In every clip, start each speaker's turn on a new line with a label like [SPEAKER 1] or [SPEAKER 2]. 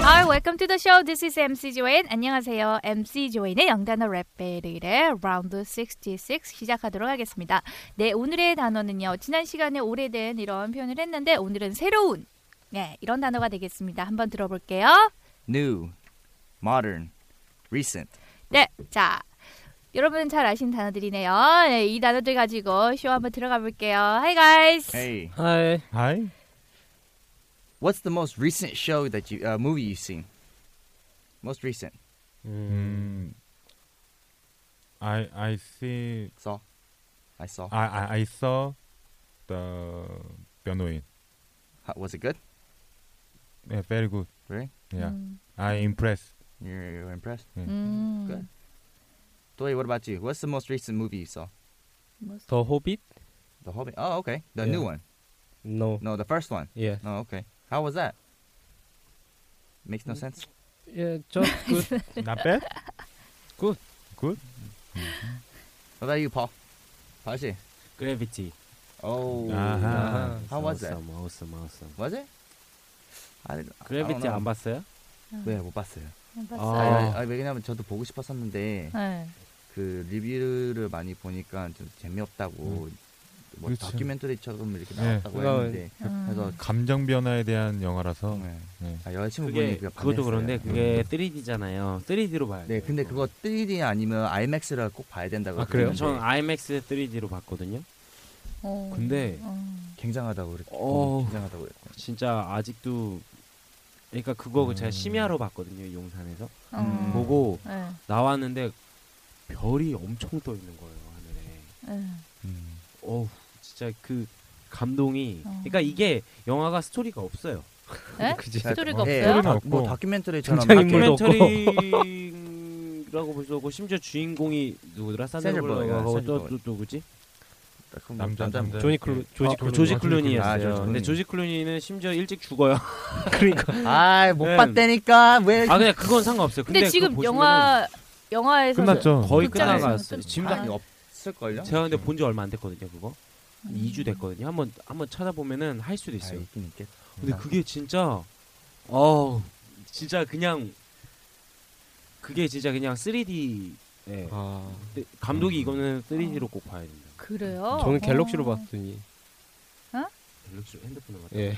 [SPEAKER 1] Hi, welcome to the show. This is MC 조인. 안녕하세요. MC 조인의 영단어 랩 배틀의 라운드 66 시작하도록 하겠습니다. 네, 오늘의 단어는요. 지난 시간에 오래된 이런 표현을 했는데 오늘은 새로운 네, 이런 단어가 되겠습니다. 한번 들어볼게요.
[SPEAKER 2] new, modern, recent.
[SPEAKER 1] 네, 자. 여러분 잘 아신 단어들이네요. 네, 이 단어들 가지고 쇼 한번 들어가 볼게요. Hi guys.
[SPEAKER 2] Hey,
[SPEAKER 3] Hi. Hi.
[SPEAKER 2] what's the most recent show that you uh, movie you've seen? Most recent.
[SPEAKER 3] Mm. I I see.
[SPEAKER 2] Saw. I saw.
[SPEAKER 4] 아.
[SPEAKER 3] I I, I saw the 변호인.
[SPEAKER 2] How- was it good?
[SPEAKER 3] Yeah, very good.
[SPEAKER 2] Really?
[SPEAKER 3] Yeah,
[SPEAKER 1] 음.
[SPEAKER 3] I impressed.
[SPEAKER 2] You're, you're impressed.
[SPEAKER 1] 음.
[SPEAKER 2] Good. Doi, what about you? What's the most recent movie you saw?
[SPEAKER 3] The Hobbit?
[SPEAKER 2] The Hobbit. Oh, okay. The new
[SPEAKER 3] Yeah.
[SPEAKER 2] one.
[SPEAKER 3] No.
[SPEAKER 2] No, the first one.
[SPEAKER 3] Yeah.
[SPEAKER 2] Oh, okay. How was that? Makes no sense.
[SPEAKER 3] Yeah, just good. Not bad. Good. Good.
[SPEAKER 2] What about you, Paul? Pashi.
[SPEAKER 5] Gravity.
[SPEAKER 2] Oh.
[SPEAKER 3] 아하.
[SPEAKER 2] uh-huh.
[SPEAKER 5] It's
[SPEAKER 2] How was that?
[SPEAKER 5] awesome, Awesome, awesome.
[SPEAKER 2] Was it? I didn't.
[SPEAKER 5] Gravity
[SPEAKER 2] I don't know.
[SPEAKER 5] 안 봤어요?
[SPEAKER 2] 네, 왜못 봤어요? 아,
[SPEAKER 1] 봤어요.
[SPEAKER 2] 아, 아, 왜냐면 저도 보고 싶었었는데
[SPEAKER 1] 네.
[SPEAKER 2] 그 리뷰를 많이 보니까 좀 재미없다고 뭐
[SPEAKER 3] 그렇죠.
[SPEAKER 2] 다큐멘터리처럼 이렇게
[SPEAKER 3] 네,
[SPEAKER 2] 나왔다고
[SPEAKER 5] 그거-
[SPEAKER 2] 했는데
[SPEAKER 1] 음.
[SPEAKER 2] 그래서
[SPEAKER 3] 감정 변화에 대한 영화라서.
[SPEAKER 2] 네.
[SPEAKER 3] 네.
[SPEAKER 2] 아, 여자친구분이
[SPEAKER 5] 그게
[SPEAKER 2] 그거
[SPEAKER 5] 그것도
[SPEAKER 2] 반대했어요. 음.
[SPEAKER 5] 그런데 그게 3D잖아요. 3D로 봐야
[SPEAKER 2] 네
[SPEAKER 5] 돼요.
[SPEAKER 2] 근데 그거 네. 3D 아니면 IMAX를 꼭 봐야 된다고
[SPEAKER 5] 아 그래요?
[SPEAKER 2] 그러는데
[SPEAKER 5] 전 IMAX 3D로 봤거든요.
[SPEAKER 1] 어.
[SPEAKER 5] 근데
[SPEAKER 1] 어.
[SPEAKER 2] 굉장하다고 그랬고
[SPEAKER 5] 어우.
[SPEAKER 2] 굉장하다고 그랬고
[SPEAKER 5] 진짜 아직도 그러니까 그거
[SPEAKER 3] 음.
[SPEAKER 5] 제가 심야로 봤거든요. 용산에서
[SPEAKER 1] 어.
[SPEAKER 5] 보고
[SPEAKER 1] 네.
[SPEAKER 5] 나왔는데 별이 엄청 떠 있는 거예요 하늘에.
[SPEAKER 1] 네.
[SPEAKER 5] 어우 진짜 그 감동이.
[SPEAKER 1] 어.
[SPEAKER 5] 그러니까 이게 영화가 스토리가 없어요.
[SPEAKER 1] 네?
[SPEAKER 5] 그지?
[SPEAKER 1] 스토리가
[SPEAKER 2] 네,
[SPEAKER 1] 없어요?
[SPEAKER 2] 다- 뭐
[SPEAKER 3] 없고.
[SPEAKER 2] 다큐멘터리처럼
[SPEAKER 5] 아, 뭐
[SPEAKER 3] 등장인물도
[SPEAKER 2] 이렇게
[SPEAKER 3] 없고.
[SPEAKER 5] 다큐멘터리라고 볼 수 없고 심지어 주인공이 누구더라?
[SPEAKER 2] 샌들 버거가
[SPEAKER 5] 산드버그하고
[SPEAKER 2] 샌들
[SPEAKER 5] 또,
[SPEAKER 2] 버거.
[SPEAKER 5] 또 누구지?
[SPEAKER 2] 딱
[SPEAKER 3] 남자 남자.
[SPEAKER 2] 남자. 뭐.
[SPEAKER 3] 조니
[SPEAKER 5] 클루-
[SPEAKER 3] 조지
[SPEAKER 5] 어, 조지 클루니였어요. 네.
[SPEAKER 2] 아, 조지
[SPEAKER 5] 근데
[SPEAKER 2] 클루니.
[SPEAKER 5] 조지 클루니는 심지어 일찍 죽어요.
[SPEAKER 2] 아이 못
[SPEAKER 5] 네.
[SPEAKER 2] 봤다니까 왜
[SPEAKER 5] 아 그냥 그건 상관없어요.
[SPEAKER 1] 근데,
[SPEAKER 5] 근데, 그거
[SPEAKER 1] 지금
[SPEAKER 5] 보시면은
[SPEAKER 1] 영화 영화에서
[SPEAKER 3] 끝났죠.
[SPEAKER 5] 거의
[SPEAKER 1] 극장에서
[SPEAKER 5] 끝나갔어요.
[SPEAKER 1] 끝-
[SPEAKER 5] 지금
[SPEAKER 1] 아,
[SPEAKER 5] 다
[SPEAKER 2] 아니 없을걸요?
[SPEAKER 5] 제가 근데 본 지 얼마 안 됐거든요. 그거 2주 됐거든요. 한번 한번 찾아보면은 할 수도
[SPEAKER 2] 아,
[SPEAKER 5] 있어요.
[SPEAKER 2] 있긴 있겠다
[SPEAKER 5] 근데 그게 진짜 어 진짜 그냥 그게 진짜 그냥 3D 예.
[SPEAKER 6] 아,
[SPEAKER 5] 근데 감독이 이거는 3D로 꼭 봐야 된다.
[SPEAKER 1] 그래요?
[SPEAKER 6] 저는 갤럭시로
[SPEAKER 1] 어.
[SPEAKER 6] 봤더니
[SPEAKER 5] 갤럭시 핸드폰을 봤다.
[SPEAKER 6] 예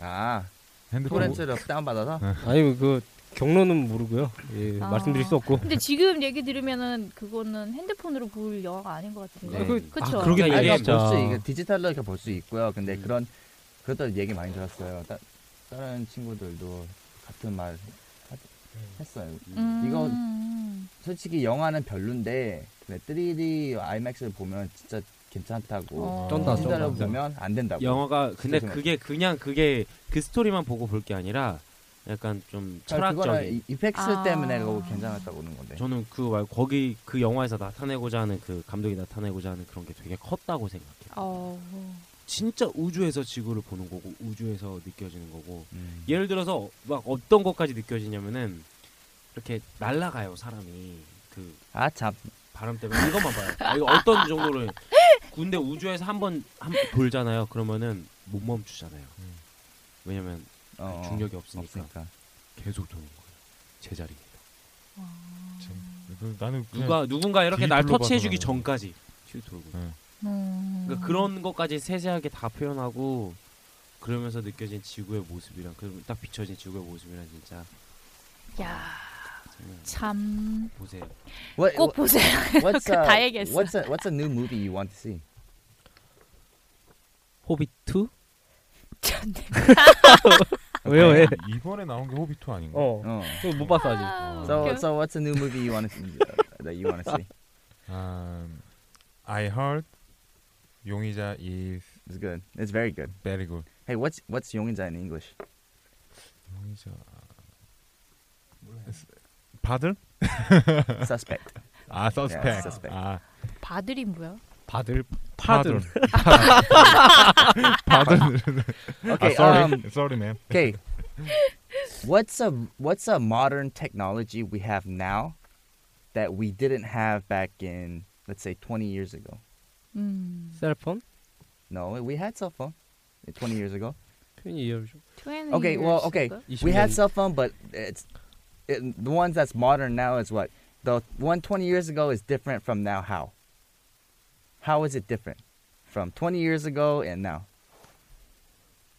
[SPEAKER 2] 아
[SPEAKER 3] 핸드폰. 뭐
[SPEAKER 2] 토렌트를 다운받아서
[SPEAKER 6] 아니 그 경로는 모르고요 예
[SPEAKER 1] 아.
[SPEAKER 6] 말씀드릴 수 없고
[SPEAKER 1] 근데 지금 얘기 들으면은 그거는 핸드폰으로 볼 영화가 아닌 것 같은데.
[SPEAKER 6] 네. 그-
[SPEAKER 1] 그쵸?
[SPEAKER 5] 아, 그러게
[SPEAKER 2] 아니,
[SPEAKER 5] 이게
[SPEAKER 2] 그러니까 볼수
[SPEAKER 6] 진짜.
[SPEAKER 2] 이게 디지털로 이렇게 볼 수 있고요. 근데 그런 그것도 얘기 많이 들었어요. 따, 다른 친구들도 같은 말 하- 했어요.
[SPEAKER 1] 음.
[SPEAKER 2] 이거- 솔직히 영화는 별론데 그 근데 3D IMAX를 보면 진짜 괜찮다고.
[SPEAKER 1] 어.
[SPEAKER 6] 쩐다, 쩐다.
[SPEAKER 2] 디지털로 보면 안 된다고.
[SPEAKER 5] 영화가 근데
[SPEAKER 2] 죄송합니다.
[SPEAKER 5] 그게 그냥 그게 그 스토리만 보고 볼 게 아니라 약간 좀
[SPEAKER 2] 그러니까 그거는
[SPEAKER 5] 철학적인
[SPEAKER 2] 이- 이펙트
[SPEAKER 1] 아.
[SPEAKER 2] 때문에 그거 괜찮았다고 보는 건데.
[SPEAKER 5] 저는 그거 말고 거기 그 영화에서 나타내고자 하는 그 감독이 나타내고자 하는 그런 게 되게 컸다고 생각해요.
[SPEAKER 1] 어.
[SPEAKER 5] 진짜 우주에서 지구를 보는 거고 우주에서 느껴지는 거고
[SPEAKER 2] 음.
[SPEAKER 5] 예를 들어서 막 어떤 것까지 느껴지냐면은 이렇게 날아가요 사람이 그
[SPEAKER 2] 아 참.
[SPEAKER 5] 바람 때문에 이것만 봐요. 아, 이거 어떤 정도로 군대 우주에서 한번 한 번 돌잖아요. 그러면은 못 멈추잖아요.
[SPEAKER 3] 음.
[SPEAKER 5] 왜냐면
[SPEAKER 2] 어,
[SPEAKER 5] 중력이 아, 없으니까
[SPEAKER 2] 없으니까.
[SPEAKER 5] 계속 도는 거예요. 제자리.
[SPEAKER 1] 어.
[SPEAKER 3] 그- 나는 그냥
[SPEAKER 5] 누가 누군가 이렇게 날
[SPEAKER 3] 뒤로
[SPEAKER 5] 터치해주기
[SPEAKER 3] 봐서
[SPEAKER 5] 전까지 그러니까 쭉 돌고.
[SPEAKER 3] 네.
[SPEAKER 1] 음.
[SPEAKER 5] 그러니까 그런 것까지 세세하게 다 표현하고 그러면서 느껴진 지구의 모습이랑 그럼 딱 비춰진 지구의 모습이랑 진짜
[SPEAKER 1] 야,
[SPEAKER 5] 정말
[SPEAKER 1] 참 꼭
[SPEAKER 5] 보세요.
[SPEAKER 2] What,
[SPEAKER 1] 보세요.
[SPEAKER 2] 네,
[SPEAKER 1] 그
[SPEAKER 2] what's
[SPEAKER 1] 다
[SPEAKER 2] a,
[SPEAKER 1] 얘기했어.
[SPEAKER 2] what's a what's a new movie you want to see?
[SPEAKER 5] 호빗 2?
[SPEAKER 1] 좋네.
[SPEAKER 6] 왜요? 왜?
[SPEAKER 4] 이번에 나온 게 호비투 아닌가?
[SPEAKER 6] 어.
[SPEAKER 2] 어.
[SPEAKER 6] 저못 봤어 아직.
[SPEAKER 1] 아,
[SPEAKER 2] So
[SPEAKER 1] 웃겨.
[SPEAKER 2] so what's a new movie you want to that you want to see?
[SPEAKER 3] 음,
[SPEAKER 4] Um, I heard 용의자 is
[SPEAKER 2] It's good. It's very good.
[SPEAKER 4] very good.
[SPEAKER 2] Hey, what's what's 용인자 in English?
[SPEAKER 4] 용의자 바들?
[SPEAKER 2] Suspect.
[SPEAKER 4] 아
[SPEAKER 2] Yeah,
[SPEAKER 4] 서스펙.
[SPEAKER 2] suspect.
[SPEAKER 4] 아
[SPEAKER 1] 바들이 뭐야?
[SPEAKER 6] 바들
[SPEAKER 4] 파들. 바들. 아
[SPEAKER 2] Okay.
[SPEAKER 5] Ah,
[SPEAKER 4] sorry,
[SPEAKER 2] um,
[SPEAKER 4] sorry, man.
[SPEAKER 2] okay. What's a what's a modern technology we have now that we didn't have back in let's say 20 years ago?
[SPEAKER 1] 음,
[SPEAKER 6] 셀폰?
[SPEAKER 2] No, we had cell phone 20 years ago.
[SPEAKER 6] 20 years.
[SPEAKER 2] Okay, well, okay. We had cell phone, but it's it, the ones that's modern now is what the one 20 years ago is different from now. How? How is it different from 20 years ago and now?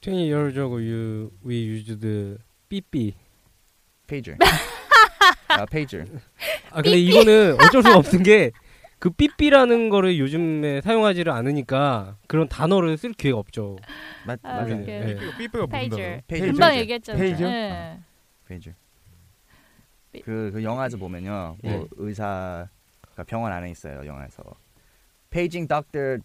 [SPEAKER 6] 20 years ago you we used the 삐삐.
[SPEAKER 2] Pager. uh, pager.
[SPEAKER 6] 아 근데 이거는 어쩔 수가 없는 게 그 삐삐라는 거를 요즘에 사용하지를 않으니까 그런 단어를 쓸 기회가 없죠.
[SPEAKER 2] But,
[SPEAKER 1] 아,
[SPEAKER 2] but,
[SPEAKER 6] 우리는.
[SPEAKER 1] 오케이.
[SPEAKER 6] 예.
[SPEAKER 4] 삐삐가
[SPEAKER 1] 페이저.
[SPEAKER 4] 뭔다.
[SPEAKER 2] 페이저.
[SPEAKER 1] 금방
[SPEAKER 2] 페이저.
[SPEAKER 1] 얘기했잖아요.
[SPEAKER 4] 페이저?
[SPEAKER 1] 예.
[SPEAKER 2] pager.
[SPEAKER 1] 삐-
[SPEAKER 2] 그, 그 영화에서 보면요, 뭐
[SPEAKER 6] 예.
[SPEAKER 2] 의사가 병원 안에 있어요 영화에서. Paging Doctor,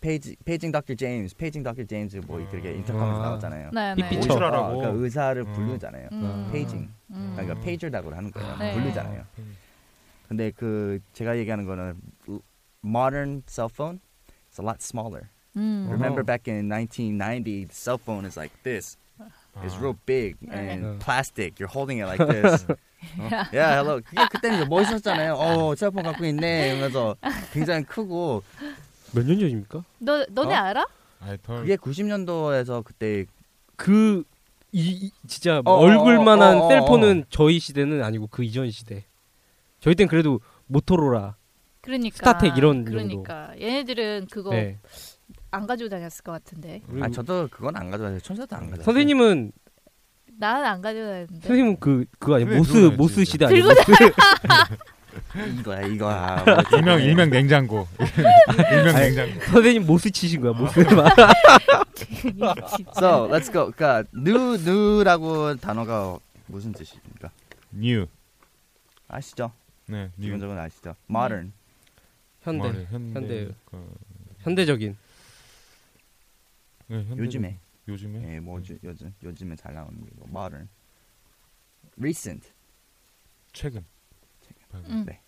[SPEAKER 2] page, Paging Doctor James, Paging Doctor James 뭐 이렇게
[SPEAKER 4] 아.
[SPEAKER 2] 인터컴에서 나오잖아요.
[SPEAKER 1] 네, 네.
[SPEAKER 6] 삐삐쳐.
[SPEAKER 2] 어,
[SPEAKER 4] 오시라라고.
[SPEAKER 2] 그러니까 의사를
[SPEAKER 4] 음.
[SPEAKER 2] 부르잖아요.
[SPEAKER 1] 음,
[SPEAKER 2] 페이징.
[SPEAKER 1] 음.
[SPEAKER 2] 그러니까 페이저라고 하는 거예요.
[SPEAKER 1] 네.
[SPEAKER 2] 부르잖아요. 근데 그 제가 얘기하는 거는 modern cell phone is a lot smaller.
[SPEAKER 1] 음.
[SPEAKER 2] Remember back in 1990, the cell phone is like this. It's
[SPEAKER 4] 아.
[SPEAKER 2] real big and
[SPEAKER 6] 네.
[SPEAKER 2] plastic. You're holding it like this. 어? Yeah, hello. 그게 그때는 이제 멋있었잖아요. 어, 셀폰 갖고 있네. 이러면서 굉장히 크고
[SPEAKER 6] 몇 년 전입니까?
[SPEAKER 1] 너 너네
[SPEAKER 2] 어?
[SPEAKER 1] 알아?
[SPEAKER 4] I thought
[SPEAKER 2] 그게 90년도에서 그때
[SPEAKER 6] 그 이, 이- 진짜
[SPEAKER 2] 어,
[SPEAKER 6] 얼굴만한
[SPEAKER 2] 어, 어, 어,
[SPEAKER 6] 셀폰은 저희 시대는 아니고 그 이전 시대. 저희 땐 그래도 모토로라.
[SPEAKER 1] 그러니까.
[SPEAKER 6] 스타텍 이런 정도.
[SPEAKER 1] 그러니까 얘네들은 그거
[SPEAKER 6] 네.
[SPEAKER 1] 안 가지고 다녔을 것 같은데.
[SPEAKER 2] 아 저도 그건 안 가져가요. 천사도 안 가져가요.
[SPEAKER 6] 선생님은
[SPEAKER 1] 네. 나는 안 가지고 다녔는데.
[SPEAKER 6] 선생님은 그 그거 아니에요?
[SPEAKER 4] 그래,
[SPEAKER 6] 모스
[SPEAKER 4] 들고
[SPEAKER 6] 모스
[SPEAKER 4] 다녔지.
[SPEAKER 6] 시대 아니에요?
[SPEAKER 1] 들고
[SPEAKER 6] 모스?
[SPEAKER 2] 이거야, 이거야.
[SPEAKER 4] 일명 일명 냉장고. 일명 냉장고.
[SPEAKER 6] 선생님 모스 치신 거야 모스.
[SPEAKER 2] So let's go. 그러니까 new new라고 단어가 무슨 뜻입니까?
[SPEAKER 4] New.
[SPEAKER 2] 아시죠?
[SPEAKER 4] 네, new.
[SPEAKER 2] 기본적으로 아시죠? Modern.
[SPEAKER 6] 현대
[SPEAKER 4] 말해, 현대.
[SPEAKER 6] 현대.
[SPEAKER 4] 그,
[SPEAKER 6] 현대적인.
[SPEAKER 4] 네, 현대.
[SPEAKER 2] 요즘에.
[SPEAKER 4] 요즘에.
[SPEAKER 2] 예, 뭐 요- 요즘 요즘에 잘 나오는 게 이거. Modern. Recent.
[SPEAKER 4] 최근.
[SPEAKER 1] 음.
[SPEAKER 2] 네.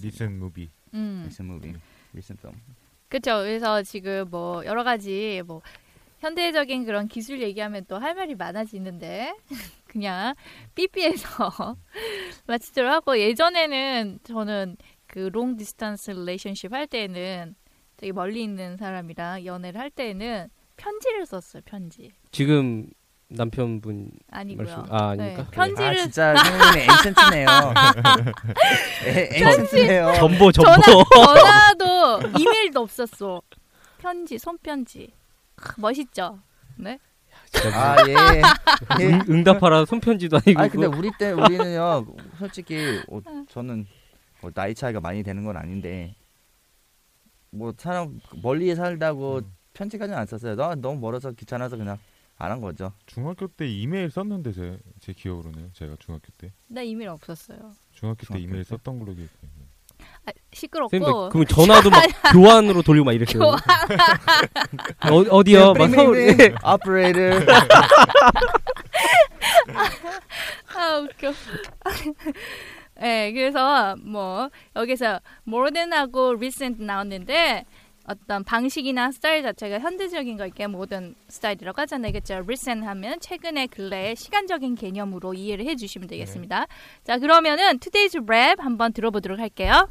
[SPEAKER 4] Recent movie.
[SPEAKER 1] 음.
[SPEAKER 2] Recent movie. Recent film.
[SPEAKER 1] 그렇죠. 그래서 지금 뭐 여러 가지 뭐 현대적인 그런 기술 얘기하면 또 할 말이 많아지는데 그냥 삐삐해서 마치도록 하고 예전에는 저는 그롱 디스턴스 릴레이션십 할 때에는 되게 멀리 있는 사람이랑 연애를 할 때에는 편지를 썼어요. 편지
[SPEAKER 6] 지금 남편분 말씀
[SPEAKER 1] 아니고요.
[SPEAKER 6] 아
[SPEAKER 1] 네,
[SPEAKER 6] 아닙니까?
[SPEAKER 2] 아
[SPEAKER 1] 편지를
[SPEAKER 2] 진짜 선생님 엔센트네요. 엔센트네요.
[SPEAKER 6] 예. 전보
[SPEAKER 1] 전화
[SPEAKER 6] 전보.
[SPEAKER 1] 전화도 이메일도 없었어. 편지 손편지 크, 멋있죠. 네.
[SPEAKER 2] 아 예. 예.
[SPEAKER 6] 응, 응답하라 손편지도 아니고. 그
[SPEAKER 2] 아 근데 우리 때 우리는요 솔직히 어, 저는 뭐 나이 차이가 많이 되는 건 아닌데 뭐 사람 멀리 살다고
[SPEAKER 6] 음.
[SPEAKER 2] 편지까지는 안 썼어요. 나 너무 멀어서 귀찮아서 그냥 안 한 거죠.
[SPEAKER 4] 중학교 때 이메일 썼는데 제, 제 기억으로는 제가 중학교 때
[SPEAKER 1] 나 이메일 없었어요.
[SPEAKER 4] 중학교 때
[SPEAKER 2] 중학교
[SPEAKER 4] 이메일
[SPEAKER 2] 때?
[SPEAKER 4] 썼던 걸로 기억해요.
[SPEAKER 1] 아, 시끄럽고
[SPEAKER 6] 선생님 막 그럼 전화도 막 교환으로 돌리고 막 이렇게.
[SPEAKER 1] 교환.
[SPEAKER 6] 어, 어디요?
[SPEAKER 2] 네,
[SPEAKER 6] 막 서울. 예.
[SPEAKER 2] operator.
[SPEAKER 1] 아 웃겨. 네, 그래서 뭐 여기서 modern하고 recent 나왔는데 어떤 방식이나 스타일 자체가 현대적인 걸 이렇게 모던 스타일이라고 하잖아요. 그렇죠? recent 하면 최근의 근래의 시간적인 개념으로 이해를 해주시면 되겠습니다.
[SPEAKER 6] 네.
[SPEAKER 1] 자, 그러면은 today's rap 한번 들어보도록 할게요.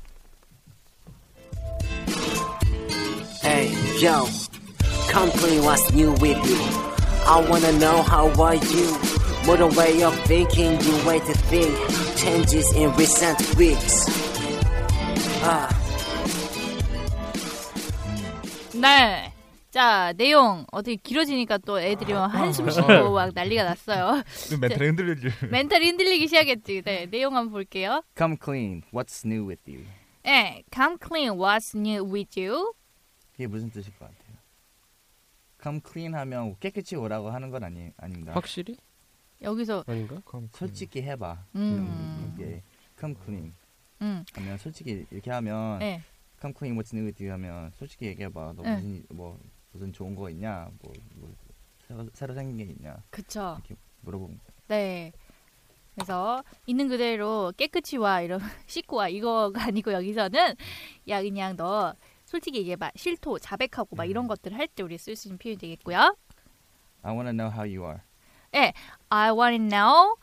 [SPEAKER 7] Hey, yo, company, what's new with you? I wanna know how are you? Modern way of thinking, new way to think, changes in recent weeks. Ah.
[SPEAKER 1] 네. 자 내용 어떻게 길어지니까 또 애들이 막 한숨 쉬고 막 난리가 났어요.
[SPEAKER 4] 멘탈 흔들리지.
[SPEAKER 1] 멘탈이 흔들리기 시작했지. 네 내용 한번 볼게요.
[SPEAKER 2] Come clean. What's new with you?
[SPEAKER 1] 예, come clean. What's new with you?
[SPEAKER 2] 이게 무슨 뜻일 것 같아요? Come clean 하면 깨끗이 오라고 하는 건 아니 아닙니다.
[SPEAKER 6] 확실히?
[SPEAKER 1] 여기서
[SPEAKER 6] 아닌가?
[SPEAKER 2] 솔직히 해봐.
[SPEAKER 1] 음.
[SPEAKER 2] 이게 come clean
[SPEAKER 1] 음,
[SPEAKER 2] 하면 솔직히 이렇게 하면
[SPEAKER 1] 예,
[SPEAKER 2] come clean what's new with you 하면 솔직히 얘기해봐. 너
[SPEAKER 1] 네.
[SPEAKER 2] 무슨 일- 뭐 무슨 좋은 거 있냐? 뭐, 뭐 새로, 새로 생긴 게 있냐?
[SPEAKER 1] 그쵸.
[SPEAKER 2] 물어보면
[SPEAKER 1] 네. 그래서 있는 그대로 깨끗이 와 이런 씻고 와 이거가 아니고 여기서는 야 그냥 너 솔직히 얘기해봐 실토 자백하고 막 이런 것들 할 때 우리 쓸 수 있는 표현이 되겠고요.
[SPEAKER 2] I want to know how you are.
[SPEAKER 1] I want to know.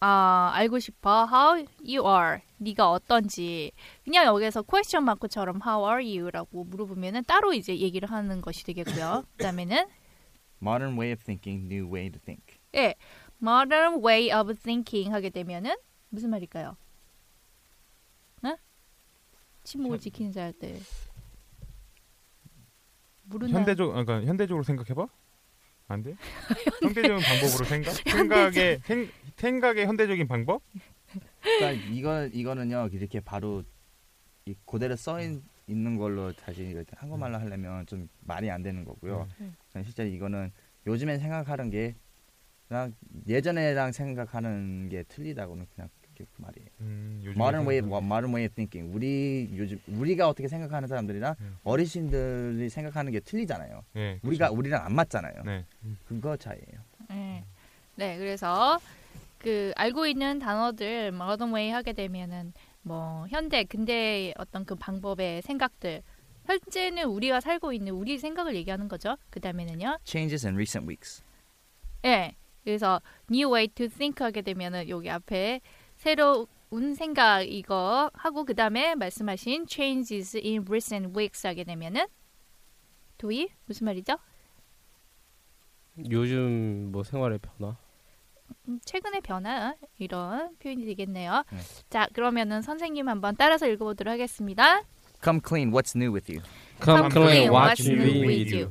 [SPEAKER 1] 아 알고 싶어 how you are. 네가 어떤지. 그냥 여기서 question 마크처럼 how are you라고 물어보면은 따로 이제 얘기를 하는 것이 되겠고요. 그다음에는
[SPEAKER 2] Modern way of thinking, new way to think.
[SPEAKER 1] 예 modern way of thinking 하게 되면은 무슨 말일까요? 응? 침묵을 지키는 자들. 모른다.
[SPEAKER 4] 현대적 그러니까 현대적으로 생각해봐. 안 돼? 현대적인 방법으로 생각? 생각의 생, 생각의 현대적인 방법?
[SPEAKER 2] 그러니까 이거 이거는요 이렇게 바로 이 그대로 써 있, 는 걸로 다시 이렇게 한국말로 하려면 좀 말이 안 되는 거고요. 저는 실제 이거는 요즘에 생각하는 게 그냥 예전에랑 생각하는 게 틀리다고는 그냥 이렇게 말이에요.
[SPEAKER 4] 음, 요즘에
[SPEAKER 2] Modern way,
[SPEAKER 4] 생각하는
[SPEAKER 2] modern way of thinking. 우리 요즘 우리가 어떻게 생각하는 사람들이나
[SPEAKER 4] 음.
[SPEAKER 2] 어르신들이 생각하는 게 틀리잖아요.
[SPEAKER 4] 게- 예,
[SPEAKER 2] 우리가 우리랑 안 맞잖아요.
[SPEAKER 4] 네.
[SPEAKER 2] 그거 차이예요.
[SPEAKER 1] 네. 네, 그래서 그 알고 있는 단어들 modern way 하게 되면은 뭐 현대 근대의 어떤 그 방법의 생각들 현재는 우리가 살고 있는 우리 생각을 얘기하는 거죠. 그다음에는요.
[SPEAKER 2] Changes in recent weeks.
[SPEAKER 1] 예. 그래서 new way to think 하게 되면은 여기 앞에 새로운 생각 이거 하고 그다음에 말씀하신 changes in recent weeks 하게 되면은 도희 무슨 말이죠?
[SPEAKER 6] 요즘 뭐 생활의 변화?
[SPEAKER 1] 음, 최근의 변화 이런 표현이 되겠네요.
[SPEAKER 2] 네.
[SPEAKER 1] 자 그러면은 선생님 한번 따라서 읽어보도록 하겠습니다.
[SPEAKER 2] Come clean. What's new with you?
[SPEAKER 6] Come clean,
[SPEAKER 1] clean,
[SPEAKER 6] what's
[SPEAKER 1] what's new
[SPEAKER 6] new
[SPEAKER 1] with you?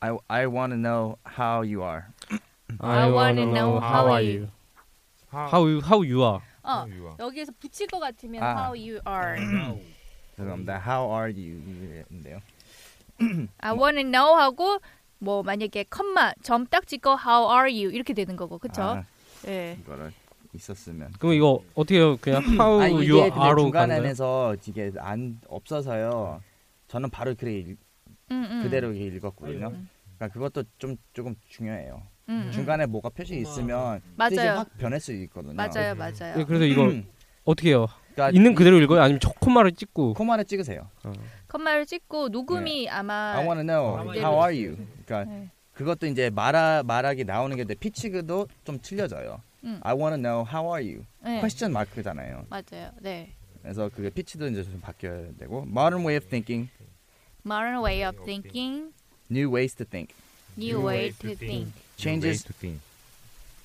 [SPEAKER 2] I I want to know how you are.
[SPEAKER 6] I wanna know how are you?
[SPEAKER 4] 하-
[SPEAKER 6] How you, how you are?
[SPEAKER 1] 어
[SPEAKER 4] you are.
[SPEAKER 1] 여기에서 붙일 것 같으면
[SPEAKER 2] 음. 아.
[SPEAKER 1] how you are.
[SPEAKER 2] 죄송합니다. How are you?인데요.
[SPEAKER 1] I wanna know 하고 뭐 만약에 컴마 점 딱 찍고 how are you 이렇게 되는 거고 그쵸?
[SPEAKER 2] 아,
[SPEAKER 1] 예.
[SPEAKER 2] 이거를 있었으면.
[SPEAKER 6] 그럼 이거 어떻게 해요? 그냥
[SPEAKER 1] Oh,
[SPEAKER 6] how
[SPEAKER 2] 음. 아니, 이게
[SPEAKER 6] you
[SPEAKER 2] 근데
[SPEAKER 6] are로 가는 거예요?
[SPEAKER 2] 중간에서 이게 안 없어서요. 저는 바로 그래 일,
[SPEAKER 1] 음, 음.
[SPEAKER 2] 그대로 이렇게 읽었거든요.
[SPEAKER 1] 음.
[SPEAKER 2] 그러니까 그것도 좀 조금 중요해요.
[SPEAKER 1] 음, 음.
[SPEAKER 2] 중간에 뭐가 표시 있으면 뜻이
[SPEAKER 1] 맞아요.
[SPEAKER 2] 확 음. 변할 수 있거든요.
[SPEAKER 1] 맞아요, 맞아요.
[SPEAKER 6] 예, 그래서 이거 어떻게 해요?
[SPEAKER 2] 그러니까
[SPEAKER 6] 있는 그대로 읽어요? 아니면 저 콤마를 찍고?
[SPEAKER 2] 코마를 찍으세요.
[SPEAKER 1] 컴마를 찍고 녹음이 아마
[SPEAKER 2] 네. I want to know how are you. 그러니까
[SPEAKER 1] 네.
[SPEAKER 2] 그것도 이제 말하 말하기 나오는 게 근데 피치그도 좀 틀려져요.
[SPEAKER 1] 음.
[SPEAKER 2] I want to know how are you.
[SPEAKER 1] 예.
[SPEAKER 2] question mark잖아요.
[SPEAKER 1] 맞아요. 네.
[SPEAKER 2] 그래서 그게 피치도 이제 좀 바뀌어야 되고 modern way of thinking,
[SPEAKER 1] Modern way of thinking,
[SPEAKER 2] new ways to think,
[SPEAKER 1] new way to think.
[SPEAKER 2] changes
[SPEAKER 4] Way to think.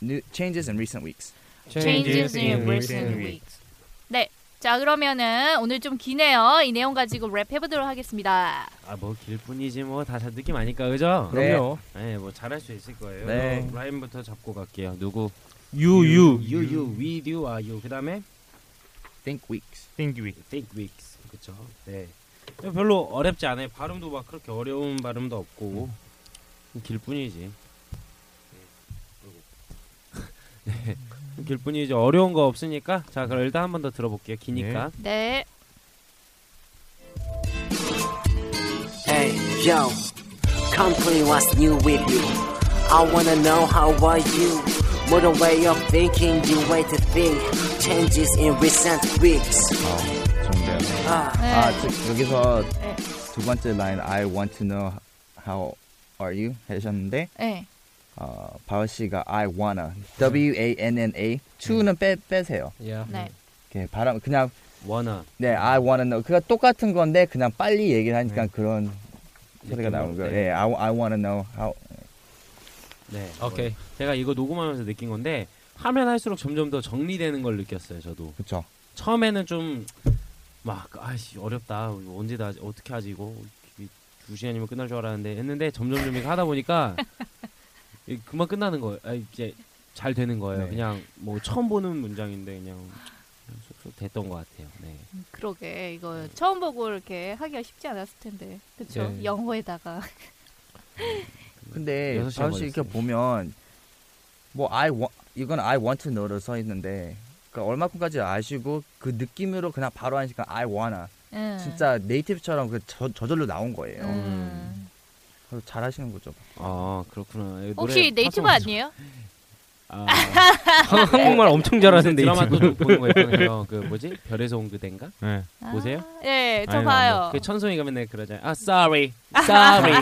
[SPEAKER 2] new changes in recent weeks.
[SPEAKER 1] changes in recent weeks. 네. 자, 그러면은 오늘 좀 기네요. 이 내용 가지고 랩해 보도록 하겠습니다.
[SPEAKER 5] 아뭐 길뿐이지 뭐 다 느낌 아니까 그죠?
[SPEAKER 2] 네.
[SPEAKER 6] 그럼요.
[SPEAKER 5] 네, 뭐 잘할 수 있을 거예요.
[SPEAKER 2] 네.
[SPEAKER 5] 라인부터 잡고 갈게요. 누구?
[SPEAKER 6] You you
[SPEAKER 5] you, you, we, you, are you. 아, 그다음에
[SPEAKER 2] Think weeks.
[SPEAKER 4] Think week.
[SPEAKER 5] think weeks. 그렇죠. 네. 별로 어렵지 않아요. 발음도 막 그렇게 어려운 발음도 없고 길뿐이지. 네. 네. 길뿐이지 어려운 거 없으니까 자 그럼 일단 한 번 더 들어볼게요. 기니까.
[SPEAKER 1] 네.
[SPEAKER 7] Hey, yo, come clean, what's new with you? I wanna know how are you? Modern way of thinking, new way to think, changes in recent weeks.
[SPEAKER 2] 어, 좋은데요.
[SPEAKER 7] Ah.
[SPEAKER 1] 네.
[SPEAKER 2] 아, 즉 여기서
[SPEAKER 1] 네.
[SPEAKER 2] 두 번째 라인 I want to know how are you 하셨는데
[SPEAKER 1] 네.
[SPEAKER 2] 어, 바울 씨가 I wanna W A N N A to는 빼 빼세요.
[SPEAKER 6] 야.
[SPEAKER 1] 네.
[SPEAKER 2] 이렇게 바람 그냥
[SPEAKER 5] 원아.
[SPEAKER 2] 네 I wanna know 그가 똑같은 건데 그냥 빨리 얘기를 하니까 그런 소리가 네. 나오는 거예요. 예, I I wanna know how
[SPEAKER 5] 네.
[SPEAKER 6] 오케이.
[SPEAKER 5] 뭐 제가 이거 녹음하면서 느낀 건데 하면 할수록 점점 더 정리되는 걸 느꼈어요. 저도
[SPEAKER 2] 그렇죠.
[SPEAKER 5] 처음에는 좀 막 아씨 어렵다. 언제 다 하지? 어떻게 하지 이거 두 시간이면 끝날 줄 알았는데 했는데 점점점 이렇게 하다 보니까 이- 금방 끝나는 거예요. 아, 이제 잘 되는 거예요.
[SPEAKER 2] 네.
[SPEAKER 5] 그냥 뭐 처음 보는 문장인데 그냥 쏙쏙 됐던 것 같아요. 네.
[SPEAKER 1] 그러게 이거 처음 보고 이렇게 하기가 쉽지 않았을 텐데 그쵸?
[SPEAKER 5] 네.
[SPEAKER 1] 영어에다가
[SPEAKER 2] 근데
[SPEAKER 5] 여섯 시간
[SPEAKER 2] 사실 이렇게
[SPEAKER 5] 걸렸어요.
[SPEAKER 2] 보면 뭐 I want 이건 I want to know로 써 있는데 그러니까 얼마큼까지 아시고 그 느낌으로 그냥 바로 하니까 I wanna
[SPEAKER 1] 음.
[SPEAKER 2] 진짜 네이티브처럼 그 저, 저절로 나온 거예요.
[SPEAKER 1] 음.
[SPEAKER 2] 그래서 잘하시는 거죠. 어,
[SPEAKER 5] 아 그렇구나. 이 노래
[SPEAKER 1] 혹시 네이티브
[SPEAKER 5] 파송하신-
[SPEAKER 1] 아니에요?
[SPEAKER 5] 아,
[SPEAKER 6] 한- 한국말 엄청 잘하는
[SPEAKER 5] 드라마
[SPEAKER 6] 네이티브.
[SPEAKER 5] 또 보는 거 있잖아요. 그 뭐지? 별에서 온 그댄가?
[SPEAKER 4] 네.
[SPEAKER 5] 보세요.
[SPEAKER 1] 네, 저
[SPEAKER 5] 아니면 안
[SPEAKER 1] 봐요.
[SPEAKER 5] 봐. 그 천송이가 맨날 그러잖아요. 아 sorry, sorry.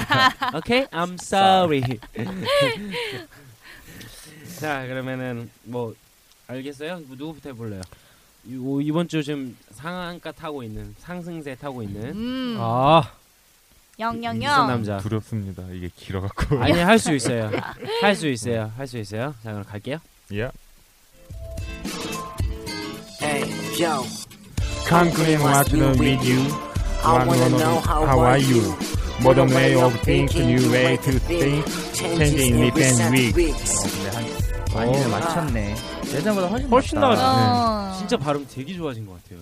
[SPEAKER 5] okay, I'm sorry. 자 그러면은 뭐 알겠어요? 뭐 누구부터 해볼래요? 이- 오, 이번 주 지금 상한가 타고 있는 상승세 타고 있는
[SPEAKER 1] 음,
[SPEAKER 6] 아,
[SPEAKER 5] 비싼
[SPEAKER 1] 영영영.
[SPEAKER 5] 남자.
[SPEAKER 4] 두렵습니다. 이게 길어갖고.
[SPEAKER 5] 아니 할 수 있어요. 할 수 있어요. 할 수 있어요. 자 그럼 갈게요.
[SPEAKER 4] 예.
[SPEAKER 7] Hey, yo.
[SPEAKER 4] Conquering what's new with you.
[SPEAKER 7] I
[SPEAKER 4] I
[SPEAKER 7] wanna
[SPEAKER 4] wanna
[SPEAKER 7] know
[SPEAKER 4] know
[SPEAKER 7] how
[SPEAKER 4] how
[SPEAKER 7] are
[SPEAKER 4] are
[SPEAKER 7] you.
[SPEAKER 4] you.
[SPEAKER 7] Modern
[SPEAKER 4] Modern way
[SPEAKER 7] way of
[SPEAKER 4] of
[SPEAKER 7] thinking,
[SPEAKER 4] thinking,
[SPEAKER 7] new
[SPEAKER 4] new
[SPEAKER 7] way
[SPEAKER 4] way
[SPEAKER 7] to
[SPEAKER 4] to
[SPEAKER 7] think,
[SPEAKER 4] think,
[SPEAKER 7] changing
[SPEAKER 4] changing
[SPEAKER 7] in
[SPEAKER 4] in
[SPEAKER 7] recent
[SPEAKER 4] recent
[SPEAKER 7] weeks.
[SPEAKER 4] weeks.
[SPEAKER 2] 근데 한 많이 맞췄네. 예전보다 훨씬
[SPEAKER 6] 훨씬
[SPEAKER 2] 낫다.
[SPEAKER 6] 나아졌네.
[SPEAKER 1] 어.
[SPEAKER 5] 진짜 발음 되게 좋아진 것 같아요.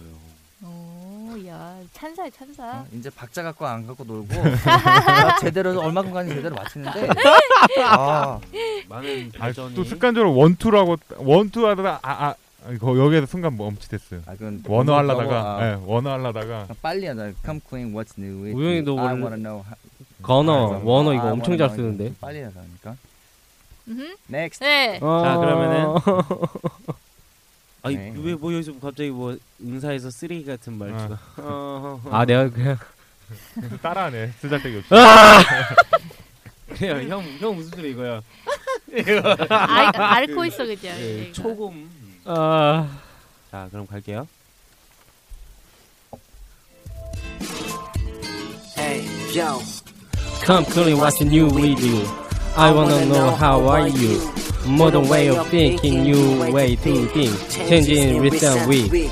[SPEAKER 5] 형.
[SPEAKER 1] 오, 야, 찬사야, 찬사.
[SPEAKER 2] 어, 이제 박자 갖고 안 갖고 놀고 제대로 얼마큼까지 제대로 맞히는데 아,
[SPEAKER 5] 많은
[SPEAKER 4] 아,
[SPEAKER 5] 발전이.
[SPEAKER 4] 또 습관적으로 원투라고 원투 하다가 아아 이거 여기에서 순간 멈칫했어요.
[SPEAKER 2] 아 그건
[SPEAKER 4] 원어
[SPEAKER 2] 너무,
[SPEAKER 4] 하려다가
[SPEAKER 2] 아,
[SPEAKER 4] 예, 원어 하려다가
[SPEAKER 2] 빨리 하자. Come clean, what's new? with
[SPEAKER 6] 우영이도
[SPEAKER 2] you. I
[SPEAKER 6] 원래-
[SPEAKER 2] wanna know. how-
[SPEAKER 4] 아,
[SPEAKER 6] 건어,
[SPEAKER 2] I
[SPEAKER 6] 원어 이거
[SPEAKER 2] wanna
[SPEAKER 6] 엄청
[SPEAKER 2] know
[SPEAKER 6] 잘 쓰는데.
[SPEAKER 2] 아, 이거 빨리 하자니까.
[SPEAKER 1] 음.
[SPEAKER 2] Next.
[SPEAKER 1] 네.
[SPEAKER 6] 아.
[SPEAKER 5] 자, 그러면은 아니
[SPEAKER 2] 네.
[SPEAKER 5] 왜뭐 여기서 갑자기 뭐 응사에서 쓰레기 같은
[SPEAKER 4] 아.
[SPEAKER 5] 말투가. 어.
[SPEAKER 6] 아, 내가 그냥
[SPEAKER 4] 따라하네. 쓰잘데기 없이.
[SPEAKER 5] 그래요 형 형 무슨 소리 이거야
[SPEAKER 1] 알, 앓고 있어 그냥.
[SPEAKER 5] 그
[SPEAKER 1] 얘가.
[SPEAKER 5] 초곰
[SPEAKER 6] 아,
[SPEAKER 5] 자 그럼 갈게요
[SPEAKER 7] Hey, yo.
[SPEAKER 6] Come clean what's new with you. I wanna know how are you. Modern way of thinking, new way to think. Changing recent week.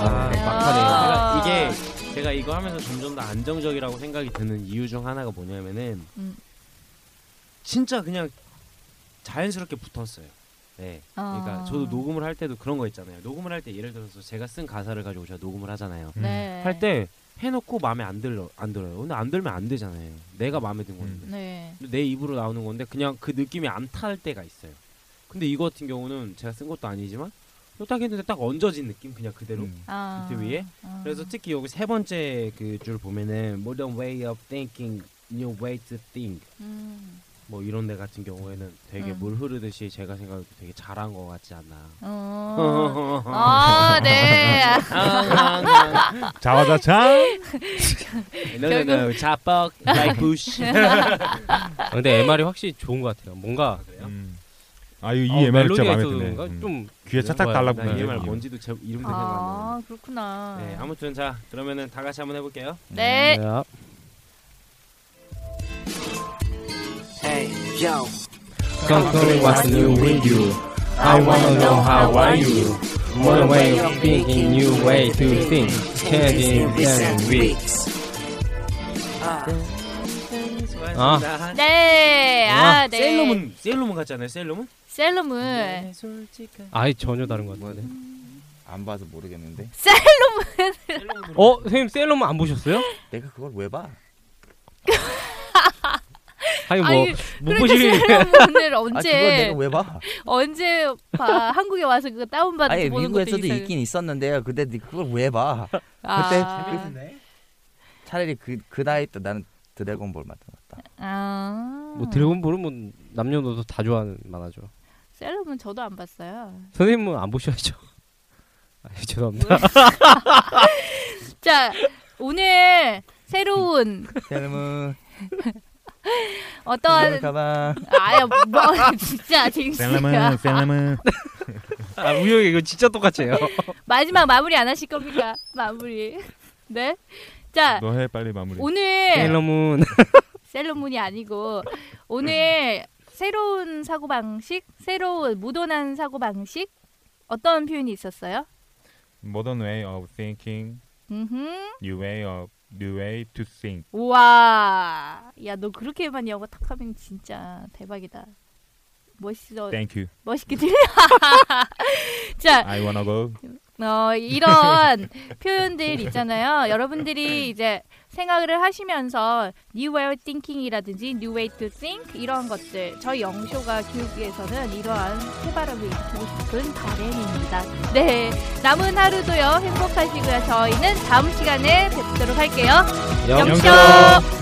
[SPEAKER 5] 아
[SPEAKER 1] 아.
[SPEAKER 5] 제가 그러니까 이게 제가 이거 하면서 점점 더 안정적이라고 생각이 드는 이유 중 하나가 뭐냐면은
[SPEAKER 1] 음.
[SPEAKER 5] 진짜 그냥 자연스럽게 붙었어요 네 그러니까
[SPEAKER 1] 아.
[SPEAKER 5] 저도 녹음을 할 때도 그런 거 있잖아요 녹음을 할 때 예를 들어서 제가 쓴 가사를 가지고 제가 녹음을 하잖아요
[SPEAKER 1] 네.
[SPEAKER 5] 할 때 해놓고 마음에 안 들어 안 들어요 근데 안 들면 안 되잖아요 내가 마음에 든 건데
[SPEAKER 1] 네.
[SPEAKER 5] 내 입으로 나오는 건데 그냥 그 느낌이 안 탈 때가 있어요. 근데 이거 같은 경우는 제가 쓴 것도 아니지만 이거 딱 했는데 딱 얹어진 느낌 그냥 그대로.
[SPEAKER 4] 음.
[SPEAKER 1] 아.
[SPEAKER 5] 밑에 위에?
[SPEAKER 1] 아.
[SPEAKER 5] 그래서 특히 여기 세 번째 그 줄 보면은 modern way of thinking, new way to think
[SPEAKER 1] 음.
[SPEAKER 5] 뭐 이런 데 같은 경우에는 되게
[SPEAKER 1] 음.
[SPEAKER 5] 물 흐르듯이 제가 생각해도 되게 잘한 것 같지 않나.
[SPEAKER 1] 어. 아, 네. 아,
[SPEAKER 4] 자화자찬.
[SPEAKER 5] 너는 자뻑 like bush.
[SPEAKER 6] 아, 근데 MR이 확실히 좋은 것 같아요. 뭔가
[SPEAKER 4] 음. 아, 이이
[SPEAKER 6] 어,
[SPEAKER 4] MR 진짜
[SPEAKER 6] 멜로디가
[SPEAKER 4] 마음에
[SPEAKER 6] 있어서
[SPEAKER 4] 드네.
[SPEAKER 6] 그런가?
[SPEAKER 4] 음.
[SPEAKER 6] 좀
[SPEAKER 4] 귀에 차탁
[SPEAKER 6] 뭐야,
[SPEAKER 4] 달라붙는
[SPEAKER 5] 나 EMR
[SPEAKER 4] 느낌.
[SPEAKER 5] 뭔지도 제 이름도 생각 안 나.
[SPEAKER 1] 아, 그렇구나.
[SPEAKER 5] 네 아무튼 자 그러면은 다 같이 한번 해볼게요.
[SPEAKER 1] 네.
[SPEAKER 6] 야,
[SPEAKER 7] Hey, yo.
[SPEAKER 6] Come clean what's new with you. I wanna know how are you. Modern way of thinking, new way to think. Changing recent Uh, week.
[SPEAKER 5] 아.
[SPEAKER 1] 네. 아, 네.
[SPEAKER 5] 셀러문 네, 셀러문 같지 않아요? 셀러문?
[SPEAKER 1] 셀러문.
[SPEAKER 5] 솔직한
[SPEAKER 6] 아예 전혀 다른 것 같은데.
[SPEAKER 2] 안 봐서 모르겠는데.
[SPEAKER 5] 셀러문.
[SPEAKER 6] 어, 선생님 셀러문 안 보셨어요?
[SPEAKER 2] 내가 그걸 왜 봐?
[SPEAKER 6] 아니 뭐
[SPEAKER 1] 아니,
[SPEAKER 6] 못
[SPEAKER 1] 그러니까
[SPEAKER 6] 보시길.
[SPEAKER 1] 셀러문을
[SPEAKER 2] 아 그걸
[SPEAKER 1] 언제
[SPEAKER 2] 내가 왜 봐?
[SPEAKER 1] 언제 봐 한국에 와서 그거 다운 받아서
[SPEAKER 2] 아니
[SPEAKER 1] 보는 것도
[SPEAKER 2] 미국에서도
[SPEAKER 1] 이상-
[SPEAKER 2] 있긴 있었는데요. 근데 네 그걸 왜 봐?
[SPEAKER 1] 아.
[SPEAKER 2] 차라리 그 그 나이 때 나는 드래곤볼 맞다 맞다.
[SPEAKER 1] 아.
[SPEAKER 6] 뭐 드래곤볼은 뭐 남녀노소 다 좋아하는 만화죠.
[SPEAKER 1] 셀러문 저도 안 봤어요.
[SPEAKER 6] 선생님은 안 보셔야죠. 아, 죄송합니다.
[SPEAKER 1] 자, 오늘 새로운
[SPEAKER 5] 네.
[SPEAKER 2] 셀문
[SPEAKER 1] 어떠한
[SPEAKER 2] 가방.
[SPEAKER 1] 아야 뭐 진짜 징스야.
[SPEAKER 4] 셀레문 셀레문.
[SPEAKER 6] 아, 우영이 이거 진짜 똑같이 해요.
[SPEAKER 1] 마지막 마무리 안 하실 겁니까? 마무리. 네. 자,
[SPEAKER 4] 너해 빨리 마무리.
[SPEAKER 1] 오늘
[SPEAKER 6] 셀러문.
[SPEAKER 1] 셀러문이 아니고 오늘 새로운 사고 방식, 새로운 모던한 사고 방식 어떤 표현이 있었어요?
[SPEAKER 4] Modern way of thinking,
[SPEAKER 1] 음.
[SPEAKER 4] new way of new way to think.
[SPEAKER 1] 우와. 야, 너 그렇게만 영어 탁 하면 진짜 대박이다. 멋있어.
[SPEAKER 4] Thank you.
[SPEAKER 1] 멋있게 들려. 자,
[SPEAKER 4] I wanna go.
[SPEAKER 1] 어, 이런 표현들 있잖아요. 여러분들이 이제 생각을 하시면서 new way of thinking이라든지 new way to think 이런 것들 저희 영쇼가 교육에서는 이러한 해바람을 일으키고 싶은 바램입니다. 네, 남은 하루도요 행복하시고요. 저희는 다음 시간에 뵙도록 할게요.
[SPEAKER 6] 네, 영쇼!
[SPEAKER 1] 영쇼!